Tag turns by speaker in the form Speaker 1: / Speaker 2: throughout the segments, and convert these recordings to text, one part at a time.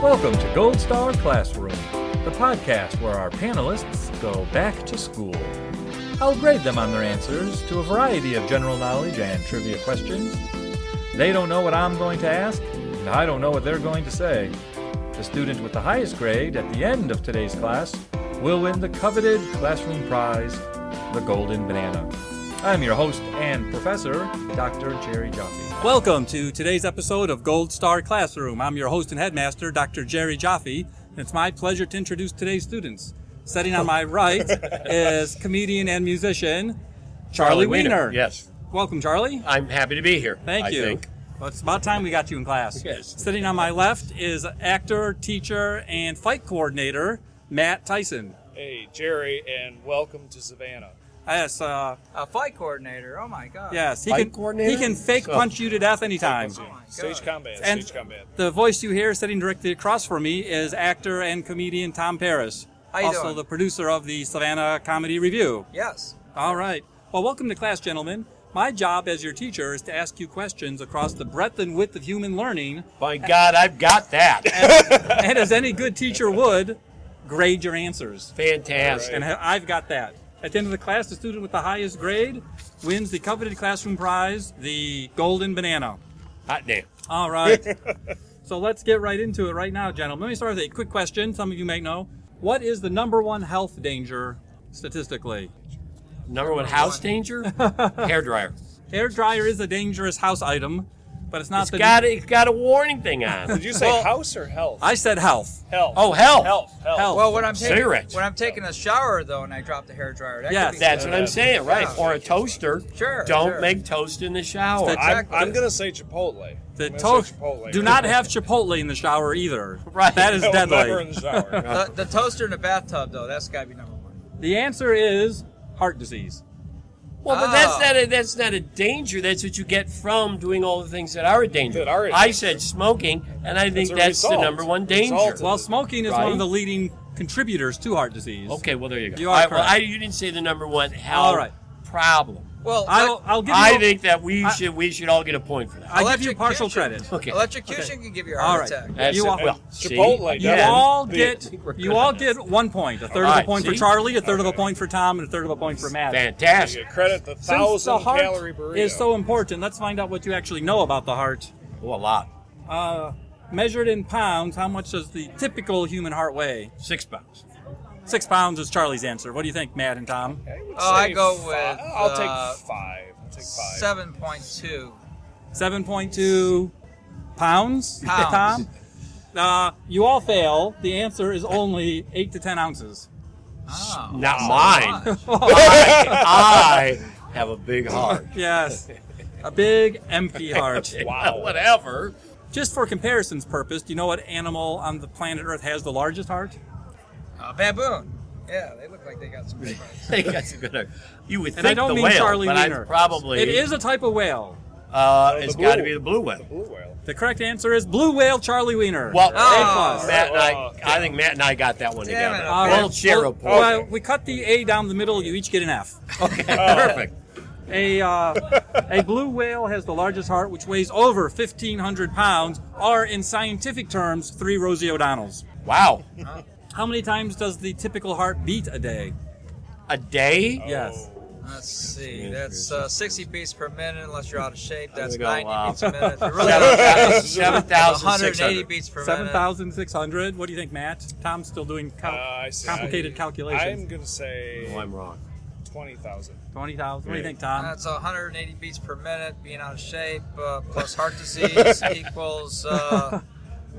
Speaker 1: Welcome to Gold Star Classroom, the podcast where our panelists go back to school. I'll grade them on their answers to a variety of general knowledge and trivia questions. They don't know what I'm going to ask, and I don't know what they're going to say. The student with the highest grade at the end of today's class will win the coveted classroom prize, the Golden Banana. I'm your host and professor, Dr. Jerry Jaffe.
Speaker 2: Welcome to today's episode of Gold Star Classroom. I'm your host and headmaster, Dr. Jerry Jaffe, and it's my pleasure to introduce today's students. Sitting on my right is comedian and musician Charlie, Weiner.
Speaker 3: Yes.
Speaker 2: Welcome, Charlie.
Speaker 3: I'm happy to be here.
Speaker 2: Thank
Speaker 3: I
Speaker 2: you.
Speaker 3: think.
Speaker 2: Well, it's about time we got you in class.
Speaker 3: Yes.
Speaker 2: Sitting on my left is actor, teacher, and fight coordinator Matt Tyson.
Speaker 4: Hey, Jerry, and welcome to Savannah.
Speaker 2: Yes, uh,
Speaker 5: A fight coordinator. Oh my god.
Speaker 2: yes, he
Speaker 3: Fight
Speaker 2: can
Speaker 3: coordinator?
Speaker 2: he can fake
Speaker 3: So-
Speaker 2: punch you to death anytime.
Speaker 5: Oh my god.
Speaker 4: Stage combat,
Speaker 2: And-
Speaker 4: stage combat.
Speaker 2: The voice you hear sitting directly across from me is actor and comedian Tom Paris,
Speaker 5: How you
Speaker 2: also
Speaker 5: doing?
Speaker 2: the producer of the Savannah Comedy Review.
Speaker 5: Yes.
Speaker 2: All right. Well, welcome to class, gentlemen. My job as your teacher is to ask you questions across the breadth and width of human learning,
Speaker 3: My God, I've got that.
Speaker 2: and as any good teacher would, grade your answers.
Speaker 3: Fantastic.
Speaker 2: And ha- I've got that. At the end of the class, the student with the highest grade wins the coveted classroom prize, the Golden Banana.
Speaker 3: Hot damn.
Speaker 2: All right. so let's get right into it right now, gentlemen. Let me start with a quick question. Some of you may know. What is the number one health danger statistically?
Speaker 3: Number one house danger? Hair dryer.
Speaker 2: Hair dryer is a dangerous house item, but it's not
Speaker 3: It's
Speaker 2: the.
Speaker 3: got it's got a warning thing on.
Speaker 4: Did you say house or health?
Speaker 2: I said health.
Speaker 4: health.
Speaker 3: Oh hell.
Speaker 4: health, health.
Speaker 2: Health.
Speaker 5: Well, when I'm taking
Speaker 3: Cigarettes.
Speaker 5: when I'm taking a shower though, and I drop the hair dryer. That
Speaker 2: Yes.
Speaker 5: could be
Speaker 3: That's
Speaker 5: good.
Speaker 3: what I'm saying, right?
Speaker 5: Yeah.
Speaker 3: Or a toaster.
Speaker 5: Sure,
Speaker 3: Don't
Speaker 5: sure.
Speaker 3: make toast in the shower.
Speaker 2: That's-
Speaker 4: I'm,
Speaker 5: Exactly.
Speaker 4: I'm going to say Chipotle.
Speaker 2: The
Speaker 4: I'm gonna
Speaker 2: toast.
Speaker 4: say Chipotle.
Speaker 2: Do not have Chipotle in the shower either.
Speaker 3: Right.
Speaker 2: That is
Speaker 4: No, never
Speaker 2: deadly.
Speaker 4: in the shower.
Speaker 5: The, the toaster in the bathtub though. That's got to be number one.
Speaker 2: The answer is heart disease.
Speaker 3: well, but
Speaker 5: Ah.
Speaker 3: that's not a, that's not a danger. That's what you get from doing all the things that are a danger.
Speaker 4: That are a
Speaker 3: I
Speaker 4: danger.
Speaker 3: said smoking, and I think
Speaker 4: a
Speaker 3: that's the
Speaker 4: result.
Speaker 3: number one danger.
Speaker 4: Result of
Speaker 2: Well, smoking is one
Speaker 3: Right.
Speaker 2: of the leading contributors to heart disease.
Speaker 3: okay, well there you go.
Speaker 2: You are
Speaker 3: All right, well,
Speaker 2: correct.
Speaker 3: I, you didn't say the number one health
Speaker 2: All right.
Speaker 3: problem.
Speaker 5: Well,
Speaker 2: I'll, I'll give you.
Speaker 3: I think that we
Speaker 2: I-
Speaker 3: should we should all get a point for that.
Speaker 2: I give you partial
Speaker 5: Electrocution.
Speaker 2: credit.
Speaker 3: Okay.
Speaker 5: electrocution can give you a
Speaker 2: All
Speaker 5: heart
Speaker 2: right.
Speaker 5: attack.
Speaker 3: That's
Speaker 2: You
Speaker 3: it.
Speaker 2: all-
Speaker 3: well, see?
Speaker 4: Chipotle,
Speaker 2: You
Speaker 4: Yeah.
Speaker 2: all
Speaker 4: Yeah.
Speaker 2: get you all get one point. A third of
Speaker 3: Alright,
Speaker 2: a point for
Speaker 3: see?
Speaker 2: Charlie, a third of a point for Tom, and a third of a point for Matt.
Speaker 4: You
Speaker 3: Fantastic.
Speaker 4: get credit the
Speaker 2: Since the
Speaker 4: thousand
Speaker 2: heart
Speaker 4: calorie burrito.
Speaker 2: is so important, let's find out what you actually know about the heart. Uh,
Speaker 3: Oh, a lot.
Speaker 2: Measured in pounds, how much does the typical human heart weigh?
Speaker 3: Six pounds.
Speaker 2: Six pounds is Charlie's answer. What do you think, Matt and Tom?
Speaker 4: I would
Speaker 5: Oh, I
Speaker 4: say
Speaker 5: go
Speaker 4: fi-
Speaker 5: with,
Speaker 4: I'll
Speaker 5: uh,
Speaker 4: take five. I'll take five.
Speaker 5: Seven point two.
Speaker 2: Seven point two pounds,
Speaker 5: Pounds.
Speaker 2: Tom. Uh, you all fail. The answer is only eight to ten ounces.
Speaker 5: Oh,
Speaker 3: Not
Speaker 5: so
Speaker 3: mine.
Speaker 5: much.
Speaker 3: I have a big heart.
Speaker 2: Yes, a big empty heart.
Speaker 4: Wow.
Speaker 3: Whatever.
Speaker 2: Just for comparison's purpose, do you know what animal on the planet Earth has the largest heart?
Speaker 5: A baboon. Yeah, they look like they got some big ones.
Speaker 3: I think that's a good. You would
Speaker 2: And
Speaker 3: think
Speaker 2: I don't
Speaker 3: the
Speaker 2: mean
Speaker 3: whale,
Speaker 2: Charlie
Speaker 3: but
Speaker 2: Wiener.
Speaker 3: I probably
Speaker 2: It is a type of whale.
Speaker 3: Uh,
Speaker 4: The
Speaker 3: it's
Speaker 4: blue-
Speaker 3: got to be the blue whale.
Speaker 4: Blue whale.
Speaker 2: The correct answer is blue whale Charlie Wiener.
Speaker 3: Well,
Speaker 5: Ah.
Speaker 3: Matt and I,
Speaker 4: Oh,
Speaker 3: I think Matt and I got that one
Speaker 5: Damn
Speaker 3: together.
Speaker 5: it.
Speaker 2: All
Speaker 3: We'll
Speaker 2: right.
Speaker 3: share a
Speaker 2: Well,
Speaker 3: point.
Speaker 2: well, we cut the A down the middle. You each get an F.
Speaker 3: Okay, perfect.
Speaker 2: A uh, a blue whale has the largest heart, which weighs over 1,500 pounds, or in scientific terms, three Rosie O'Donnells.
Speaker 3: Wow,
Speaker 2: How many times does the typical heart beat a day?
Speaker 3: a day.
Speaker 2: Yes.
Speaker 4: Oh,
Speaker 5: Let's see. That's uh, 60 beats per minute unless you're out of shape. That's
Speaker 3: go,
Speaker 5: 90
Speaker 3: wow.
Speaker 5: beats a minute. If you're really out of shape,
Speaker 3: Seven thousand six
Speaker 5: 180
Speaker 3: hundred.
Speaker 5: beats per minute.
Speaker 2: 7,600. What do you think, Matt? Tom's still doing cal-
Speaker 4: Uh, I see.
Speaker 2: complicated
Speaker 4: I-
Speaker 2: calculations.
Speaker 4: I'm going to say
Speaker 3: Oh, I'm wrong.
Speaker 4: 20,000.
Speaker 2: 20,000. What do you
Speaker 3: Yeah.
Speaker 2: think, Tom?
Speaker 5: That's 180 beats per minute. Being out of shape uh, plus heart disease equals uh,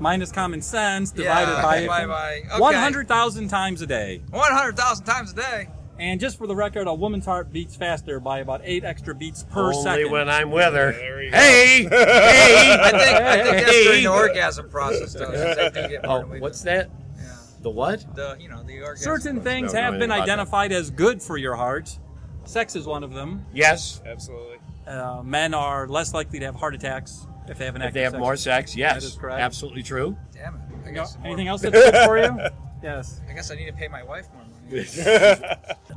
Speaker 2: minus common sense divided
Speaker 5: Yeah,
Speaker 2: by,
Speaker 5: divided by- okay.
Speaker 2: 100,000 times a day.
Speaker 5: 100,000 times a day.
Speaker 2: And just for the record, a woman's heart beats faster by about eight extra beats per
Speaker 3: Only
Speaker 2: second.
Speaker 3: when I'm with her.
Speaker 4: There you go.
Speaker 3: Hey, hey.
Speaker 5: I think, I think that's during
Speaker 3: Hey.
Speaker 5: the orgasm process, though. Since they do get more
Speaker 3: Oh,
Speaker 5: than we do.
Speaker 3: what's that?
Speaker 5: Yeah.
Speaker 3: The what?
Speaker 5: The, you know, the orgasm.
Speaker 2: Certain things
Speaker 3: don't know
Speaker 2: have been
Speaker 3: anything about that.
Speaker 2: identified as good for your heart. Sex is one of them.
Speaker 3: Yes.
Speaker 4: Absolutely.
Speaker 2: Uh, men are less likely to have heart attacks if they have an
Speaker 3: If
Speaker 2: active
Speaker 3: they have
Speaker 2: sex-
Speaker 3: more sex, yes.
Speaker 2: That is correct.
Speaker 3: Absolutely true.
Speaker 5: Damn it. I
Speaker 2: No,
Speaker 5: guess,
Speaker 2: anything
Speaker 5: more-
Speaker 2: else that's good for you? Yes.
Speaker 5: I guess I need to pay my wife more money.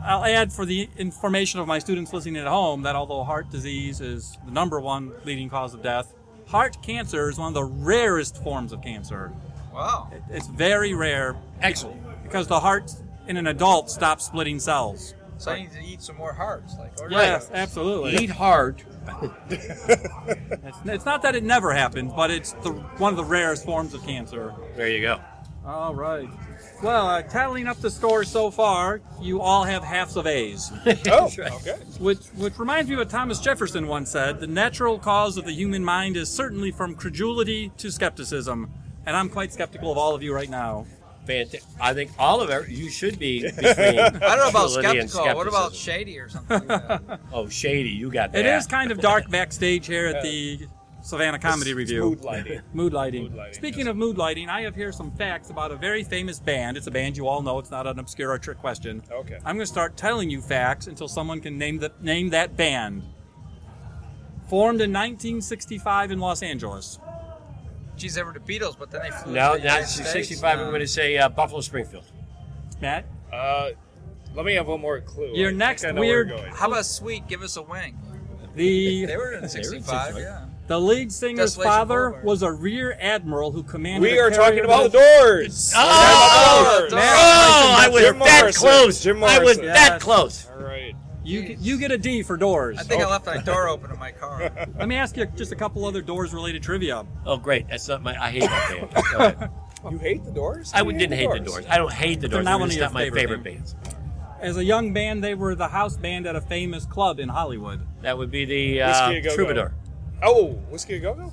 Speaker 2: I'll add for the information of my students listening at home that although heart disease is the number one leading cause of death, heart cancer is one of the rarest forms of cancer.
Speaker 5: Wow.
Speaker 2: It's very rare.
Speaker 3: Excellent.
Speaker 2: Because the heart in an adult stops splitting cells.
Speaker 5: So I need to eat some more hearts. Like, or
Speaker 2: Yes, absolutely.
Speaker 3: Eat hard.
Speaker 2: It's, it's not that it never happens, but it's the one of the rarest forms of cancer.
Speaker 6: There you go.
Speaker 2: All right. Well, uh, tallying up the scores so far, you all have halves of A's.
Speaker 4: Oh,
Speaker 3: That's right.
Speaker 4: okay.
Speaker 2: Which, which reminds me of what Thomas Jefferson once said the natural cause of the human mind is certainly from credulity to skepticism. And I'm quite skeptical of all of you right now.
Speaker 3: Fantastic. I think all of our, you should be between. I don't
Speaker 5: I don't know about skeptical. What about shady or something? Like that?
Speaker 3: Oh, shady. You got that.
Speaker 2: It is kind of dark backstage here at the Savannah Comedy
Speaker 4: It's
Speaker 2: Review.
Speaker 4: Mood lighting.
Speaker 2: Mood lighting.
Speaker 4: Mood lighting,
Speaker 2: Speaking
Speaker 4: yes.
Speaker 2: of mood lighting, I have here some facts about a very famous band. It's a band you all know. It's not an obscure or trick question.
Speaker 4: Okay.
Speaker 2: I'm going to start telling you facts until someone can name the name that band. Formed in 1965 in Los Angeles.
Speaker 5: Geez, they were the Beatles, but then they flew.
Speaker 3: No,
Speaker 5: to the
Speaker 3: not
Speaker 5: United States.
Speaker 3: 65. I'm
Speaker 5: No.
Speaker 3: going to say uh, Buffalo Springfield.
Speaker 2: Matt,
Speaker 4: Uh, let me have one more clue.
Speaker 2: Your
Speaker 4: I think
Speaker 2: next
Speaker 4: I know
Speaker 2: weird-
Speaker 4: Where we're going.
Speaker 5: How about Sweet? Give us a wing. They
Speaker 2: the
Speaker 5: were in '65. Yeah.
Speaker 2: the lead singer's
Speaker 5: Desolation
Speaker 2: father
Speaker 5: Boulevard.
Speaker 2: was a rear admiral who commanded.
Speaker 4: We
Speaker 2: a
Speaker 4: are
Speaker 2: carrier
Speaker 4: talking about the
Speaker 2: boat-
Speaker 4: doors.
Speaker 5: Oh,
Speaker 4: Oh,
Speaker 5: Doors.
Speaker 3: Oh, I was
Speaker 4: Jim
Speaker 3: that
Speaker 4: Morrison.
Speaker 3: close.
Speaker 4: Jim
Speaker 3: I was
Speaker 4: Morrison.
Speaker 3: that
Speaker 2: Yes.
Speaker 3: close.
Speaker 4: All right.
Speaker 2: You get- you get a D for doors.
Speaker 5: I think I left my door open in my car.
Speaker 2: Let me ask you just a couple other doors related trivia.
Speaker 3: Oh, great. That's not my. I hate that band. Go ahead.
Speaker 4: You hate the doors?
Speaker 3: I
Speaker 4: You
Speaker 3: would- didn't hate the doors. I don't hate the doors.
Speaker 2: not
Speaker 3: They're
Speaker 2: one
Speaker 3: just
Speaker 2: of your
Speaker 3: not my
Speaker 2: favorite
Speaker 3: favorite
Speaker 2: bands.
Speaker 3: bands.
Speaker 2: As a young band, they were the house band at a famous club in Hollywood,
Speaker 3: That would be the uh,
Speaker 4: Whiskey A Go-Go.
Speaker 3: Troubadour.
Speaker 4: Oh, Whiskey a Go Go?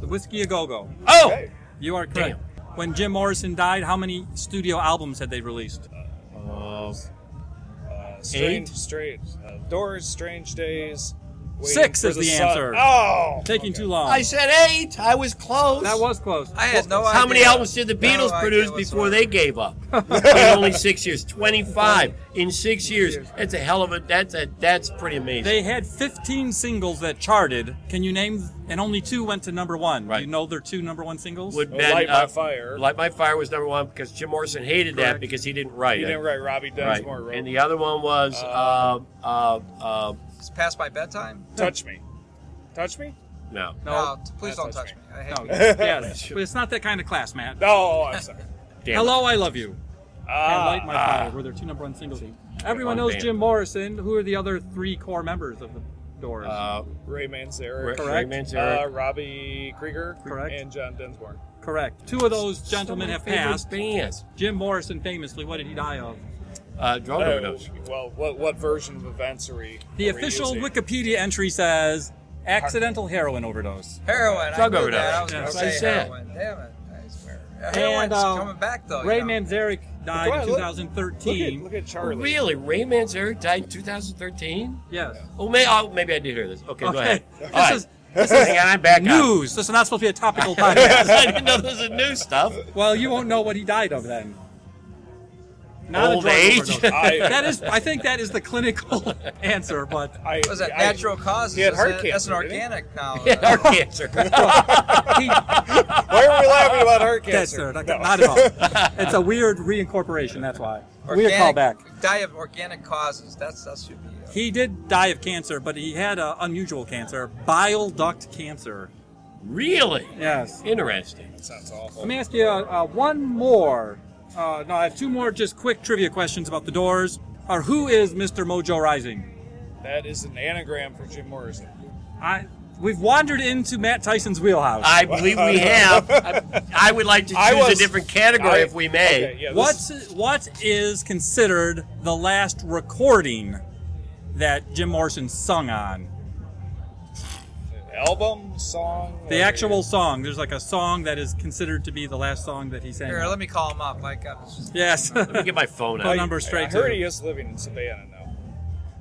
Speaker 2: the Whiskey A Go Go.
Speaker 3: Oh,
Speaker 4: Okay.
Speaker 2: You are correct. When Jim Morrison died, how many studio albums had they released?
Speaker 3: Oh,
Speaker 4: Uh, strange,
Speaker 3: Eight?
Speaker 4: strange. Uh, doors, strange days. Waiting
Speaker 2: Six
Speaker 4: for
Speaker 2: is the
Speaker 4: sun-
Speaker 2: answer.
Speaker 4: Oh,
Speaker 2: Taking too long.
Speaker 3: I said eight. I was close.
Speaker 2: that was close.
Speaker 5: Oh, I had no idea.
Speaker 3: How many albums did the Beatles
Speaker 5: No idea
Speaker 3: produce before
Speaker 5: whatsoever.
Speaker 3: they gave up? in only six years, twenty-five in six years. That's a hell of a. That's a. That's pretty amazing.
Speaker 2: They had 15 singles that charted. Can you name? And only two went to number one. Do
Speaker 3: Right.
Speaker 2: you know their two number one singles?
Speaker 3: would
Speaker 4: Well,
Speaker 3: been,
Speaker 4: Light My
Speaker 3: uh,
Speaker 4: Fire.
Speaker 3: Light My Fire was number one because Jim Morrison hated that
Speaker 2: Correct.
Speaker 3: because he didn't write
Speaker 4: You
Speaker 3: it.
Speaker 4: didn't write Robbie
Speaker 3: Right.
Speaker 4: Densmore. wrote
Speaker 3: And the other one was uh, uh, uh,
Speaker 5: It's past my bedtime.
Speaker 4: Touch Me. Touch Me?
Speaker 3: no.
Speaker 5: No, t- please
Speaker 4: That
Speaker 5: don't touch
Speaker 4: touched
Speaker 5: me. I hate
Speaker 2: No,
Speaker 5: you.
Speaker 2: yes, but it's not that kind of class, Matt.
Speaker 4: Oh, I'm sorry.
Speaker 3: Damn it.
Speaker 2: Hello, I love you. and
Speaker 4: Ah,
Speaker 2: Light My Fire were their two number one singles.
Speaker 3: One
Speaker 2: Everyone knows
Speaker 3: band.
Speaker 2: Jim Morrison. Who are the other three core members of the Doors?
Speaker 3: Uh,
Speaker 4: Ray Manzarek.
Speaker 3: Rick
Speaker 2: Correct.
Speaker 3: Raymond's
Speaker 4: Uh,
Speaker 3: Eric.
Speaker 4: Robbie Krieger.
Speaker 2: Correct.
Speaker 4: And John Densmore.
Speaker 2: Correct. Two of those gentlemen
Speaker 3: Some
Speaker 2: have
Speaker 3: of my favorite
Speaker 2: passed.
Speaker 3: bands.
Speaker 2: Jim Morrison famously, what did he die of?
Speaker 3: Uh, drug
Speaker 4: Oh,
Speaker 3: overdose.
Speaker 4: well, what what version of events are we?
Speaker 2: The
Speaker 4: are we
Speaker 2: official
Speaker 4: using?
Speaker 2: Wikipedia entry says accidental heroin overdose.
Speaker 5: Heroin.
Speaker 3: Drug
Speaker 5: I knew
Speaker 3: overdose.
Speaker 5: that. I was going to
Speaker 2: That's
Speaker 5: say
Speaker 3: what I said.
Speaker 5: heroin. Damn it. I swear.
Speaker 2: And
Speaker 5: Heroin's
Speaker 2: uh,
Speaker 5: coming back though.
Speaker 2: Ray
Speaker 5: you know.
Speaker 2: Manzarek died
Speaker 4: Look at-
Speaker 2: in
Speaker 4: look-
Speaker 2: 2013.
Speaker 4: Look at, look at Charlie.
Speaker 3: Really, Raymond's Eric died in 2013.
Speaker 2: Yes.
Speaker 3: Oh, may, oh, maybe I did hear this. Okay, go ahead. All
Speaker 2: This
Speaker 3: right.
Speaker 2: is
Speaker 3: Hang on, I'm back out.
Speaker 2: news. This is not supposed to be a topical podcast.
Speaker 3: I didn't know this was new stuff.
Speaker 2: well, you won't know what he died of then.
Speaker 3: Old age?
Speaker 2: overdose.
Speaker 4: I,
Speaker 2: that is, I think that is the clinical answer, but
Speaker 4: I,
Speaker 5: Was that
Speaker 4: I-
Speaker 5: natural causes?
Speaker 4: He had
Speaker 5: Is
Speaker 4: heart
Speaker 5: that-
Speaker 4: cancer.
Speaker 5: That's an
Speaker 4: didn't he?
Speaker 5: organic now.
Speaker 3: Heart cancer.
Speaker 2: he,
Speaker 4: Why are we laughing about heart
Speaker 2: that's
Speaker 4: cancer?
Speaker 2: not, not at all. It's a weird reincorporation, that's why. Weird callback.
Speaker 5: Die of organic causes. That's that should be. uh,
Speaker 2: He did die of cancer, but he had uh, unusual cancer, bile duct cancer.
Speaker 3: really?
Speaker 2: Yes.
Speaker 3: Interesting.
Speaker 4: Sounds awful.
Speaker 2: Let me ask you uh, uh, one more. Uh, no, I have two more just quick trivia questions about the Doors. Or who is Mr. Mojo Rising?
Speaker 4: That is an anagram for Jim Morrison.
Speaker 2: I we've wandered into Matt Tyson's wheelhouse.
Speaker 3: I believe we have. I, I would like to choose
Speaker 4: I was-
Speaker 3: a different category
Speaker 4: I-
Speaker 3: if we may.
Speaker 4: Okay, yeah, this-
Speaker 2: What's what is considered the last recording that Jim Morrison sung on?
Speaker 4: album song?
Speaker 2: The
Speaker 4: or-
Speaker 2: actual song. There's like a song that is considered to be the last song that he sang.
Speaker 5: Here, let me call him up. I got this.
Speaker 2: Yes.
Speaker 3: Let me get my phone
Speaker 2: Phone
Speaker 3: out.
Speaker 2: number
Speaker 4: I
Speaker 2: straight
Speaker 4: heard
Speaker 2: to.
Speaker 4: he is living in Savannah now.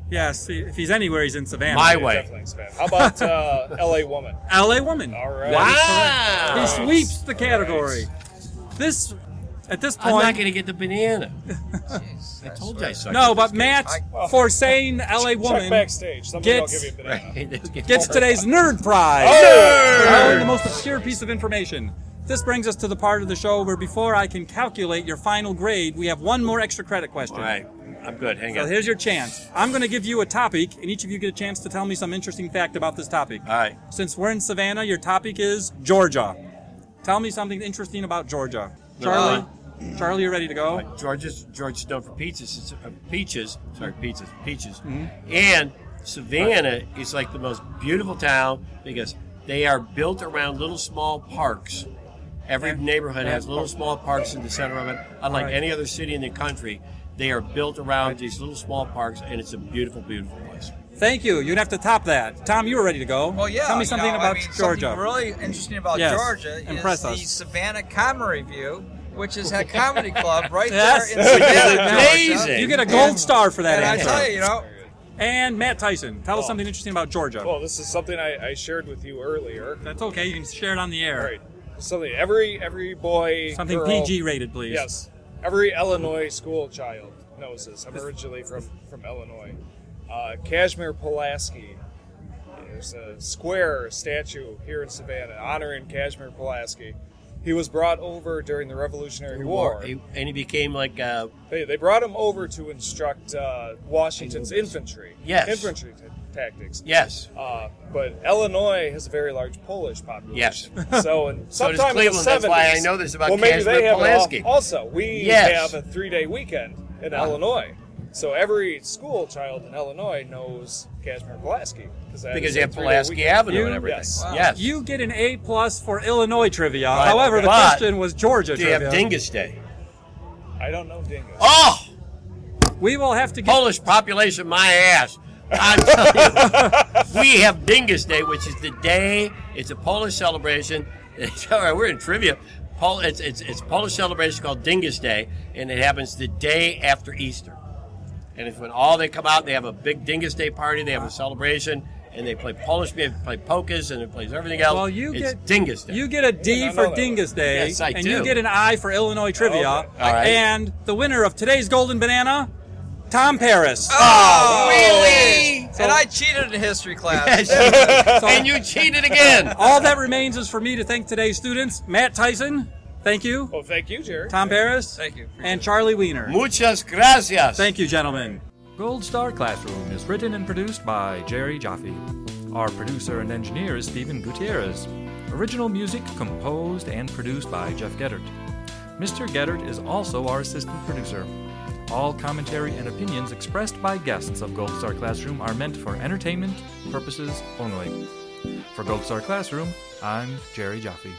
Speaker 2: Yes, he- if he's anywhere, he's in Savannah.
Speaker 3: My
Speaker 4: Yeah,
Speaker 3: way.
Speaker 4: Definitely in Savannah. How about uh, L.A. Woman?
Speaker 2: LA Woman.
Speaker 4: All right.
Speaker 3: Ah!
Speaker 2: He
Speaker 3: Wow.
Speaker 2: sweeps the category. This, at this
Speaker 3: I'm not
Speaker 2: point,
Speaker 3: going to get the banana.
Speaker 5: Jeez,
Speaker 3: I told you I suck.
Speaker 2: no,
Speaker 3: at
Speaker 2: but
Speaker 3: this
Speaker 2: Matt,
Speaker 5: I-
Speaker 2: for saying LA
Speaker 4: Check
Speaker 2: Woman,
Speaker 4: backstage. Somebody will
Speaker 2: gets-
Speaker 4: give you a banana.
Speaker 3: game. This game.
Speaker 2: gets today's nerd prize.
Speaker 4: Nerd!
Speaker 2: For knowing the most obscure piece of information. This brings us to the part of the show where before I can calculate your final grade, we have one more extra credit question.
Speaker 3: All right. I'm good. Hang
Speaker 2: So
Speaker 3: on.
Speaker 2: here's your chance. I'm going to give you a topic, and each of you get a chance to
Speaker 3: Uh,
Speaker 2: tell me some interesting fact about this topic.
Speaker 3: All right.
Speaker 2: Since we're in Savannah, your topic is Georgia. Tell me something interesting about Georgia.
Speaker 3: Uh,
Speaker 2: Charlie, Charlie, you ready to go?
Speaker 3: George's George's known for pizzas. It's, uh, peaches, sorry, pizzas, peaches, and Savannah is like the most beautiful town because they are built around little small parks. Every neighborhood has little small parks in the center of it. Unlike
Speaker 2: Right.
Speaker 3: any other city in the country, they are built around these little small parks, and it's a beautiful, beautiful place.
Speaker 2: Thank you. You'd have to top that. Tom, you were ready to go.
Speaker 5: Well, yeah.
Speaker 2: Tell me
Speaker 5: you
Speaker 2: something
Speaker 5: know, I
Speaker 2: about
Speaker 5: mean,
Speaker 2: Georgia.
Speaker 5: Something really interesting about
Speaker 2: Yes.
Speaker 5: Georgia
Speaker 2: Impress
Speaker 5: is
Speaker 2: us.
Speaker 5: the Savannah Comedy Review, which is a comedy club right
Speaker 2: Yes.
Speaker 5: there in Savannah,
Speaker 3: Amazing.
Speaker 5: Georgia.
Speaker 2: you get a gold star for that
Speaker 5: And I
Speaker 2: answer.
Speaker 5: tell you, you know,
Speaker 2: And Matt Tyson,
Speaker 4: Oh.
Speaker 2: tell us something interesting about Georgia.
Speaker 4: Well, this is something I, I shared with you earlier.
Speaker 2: That's okay. You can share it on the
Speaker 4: All
Speaker 2: air.
Speaker 4: right. Something every every boy
Speaker 2: Something
Speaker 4: girl-
Speaker 2: PG rated, please.
Speaker 4: Yes. Every Illinois school child knows this. I'm originally from, from Illinois. Uh, Kashmir Pulaski. There's a square statue here in Savannah honoring Kashmir Pulaski. He was brought over during the Revolutionary War.
Speaker 3: He- and he became like uh,
Speaker 4: They, they brought him over to instruct uh, Washington's infantry.
Speaker 3: Yes.
Speaker 4: Infantry t- tactics.
Speaker 3: yes,
Speaker 4: Uh, but Illinois has a very large Polish population. Yes. So, and
Speaker 3: So does
Speaker 4: sometime in the
Speaker 3: Cleveland. That's why I
Speaker 4: 70s,
Speaker 3: know this about
Speaker 4: Well, maybe
Speaker 3: Kazimierz
Speaker 4: they have it
Speaker 3: Pulaski.
Speaker 4: al- also. We
Speaker 3: Yes. Uh-huh.
Speaker 4: have a three-day weekend in Illinois, so every school child in Illinois knows Kazimierz Pulaski that
Speaker 3: because
Speaker 4: is
Speaker 3: they
Speaker 4: a
Speaker 3: have
Speaker 4: three-day
Speaker 3: Pulaski
Speaker 4: weekend.
Speaker 3: Avenue and
Speaker 2: You-
Speaker 3: everything.
Speaker 4: Yes.
Speaker 5: Wow.
Speaker 3: Yes,
Speaker 2: You get an A plus for Illinois trivia.
Speaker 3: Right.
Speaker 2: However, the
Speaker 3: But-
Speaker 2: question was Georgia
Speaker 3: do you
Speaker 2: trivia.
Speaker 3: have Dingus Day?
Speaker 4: I don't know Dingo.
Speaker 3: Oh.
Speaker 2: we will have to get
Speaker 3: Polish population, my ass. I'm telling you, we have Dingus Day, which is the day. It's a Polish celebration. It's, all right, we're in trivia. Pol- it's, it's, it's a Polish celebration called Dingus Day, and it happens the day after Easter. And it's when all they come out, they have a big Dingus Day party, they have a celebration, and they play Polish music, they play polkas, and they play everything else.
Speaker 2: Well, you
Speaker 3: it's
Speaker 2: get
Speaker 3: Dingus Day.
Speaker 2: You get a D
Speaker 4: I know
Speaker 2: for
Speaker 4: that.
Speaker 2: Dingus Day,
Speaker 3: Yes, I
Speaker 2: and
Speaker 3: do.
Speaker 2: you get an I for Illinois trivia.
Speaker 4: Okay.
Speaker 3: All right.
Speaker 2: And the winner of today's Golden Banana, Tom Paris.
Speaker 5: oh, really? and I cheated in history class.
Speaker 2: So
Speaker 3: and you cheated again.
Speaker 2: all that remains is for me to thank today's students, Matt Tyson, thank you,
Speaker 4: Well, Oh, thank you, Jerry.
Speaker 2: Tom Paris,
Speaker 5: Thank you.
Speaker 2: and Charlie Weiner.
Speaker 3: Muchas gracias.
Speaker 2: Thank you, gentlemen.
Speaker 1: Gold Star Classroom is written and produced by Jerry Jaffe. Our producer and engineer is Stephen Gutierrez. Original music composed and produced by Jeff Gedert. Mr. Gedert is also our assistant producer. All commentary and opinions expressed by guests of Gold Star Classroom are meant for entertainment purposes only. For Gold Star Classroom, I'm Jerry Jaffe.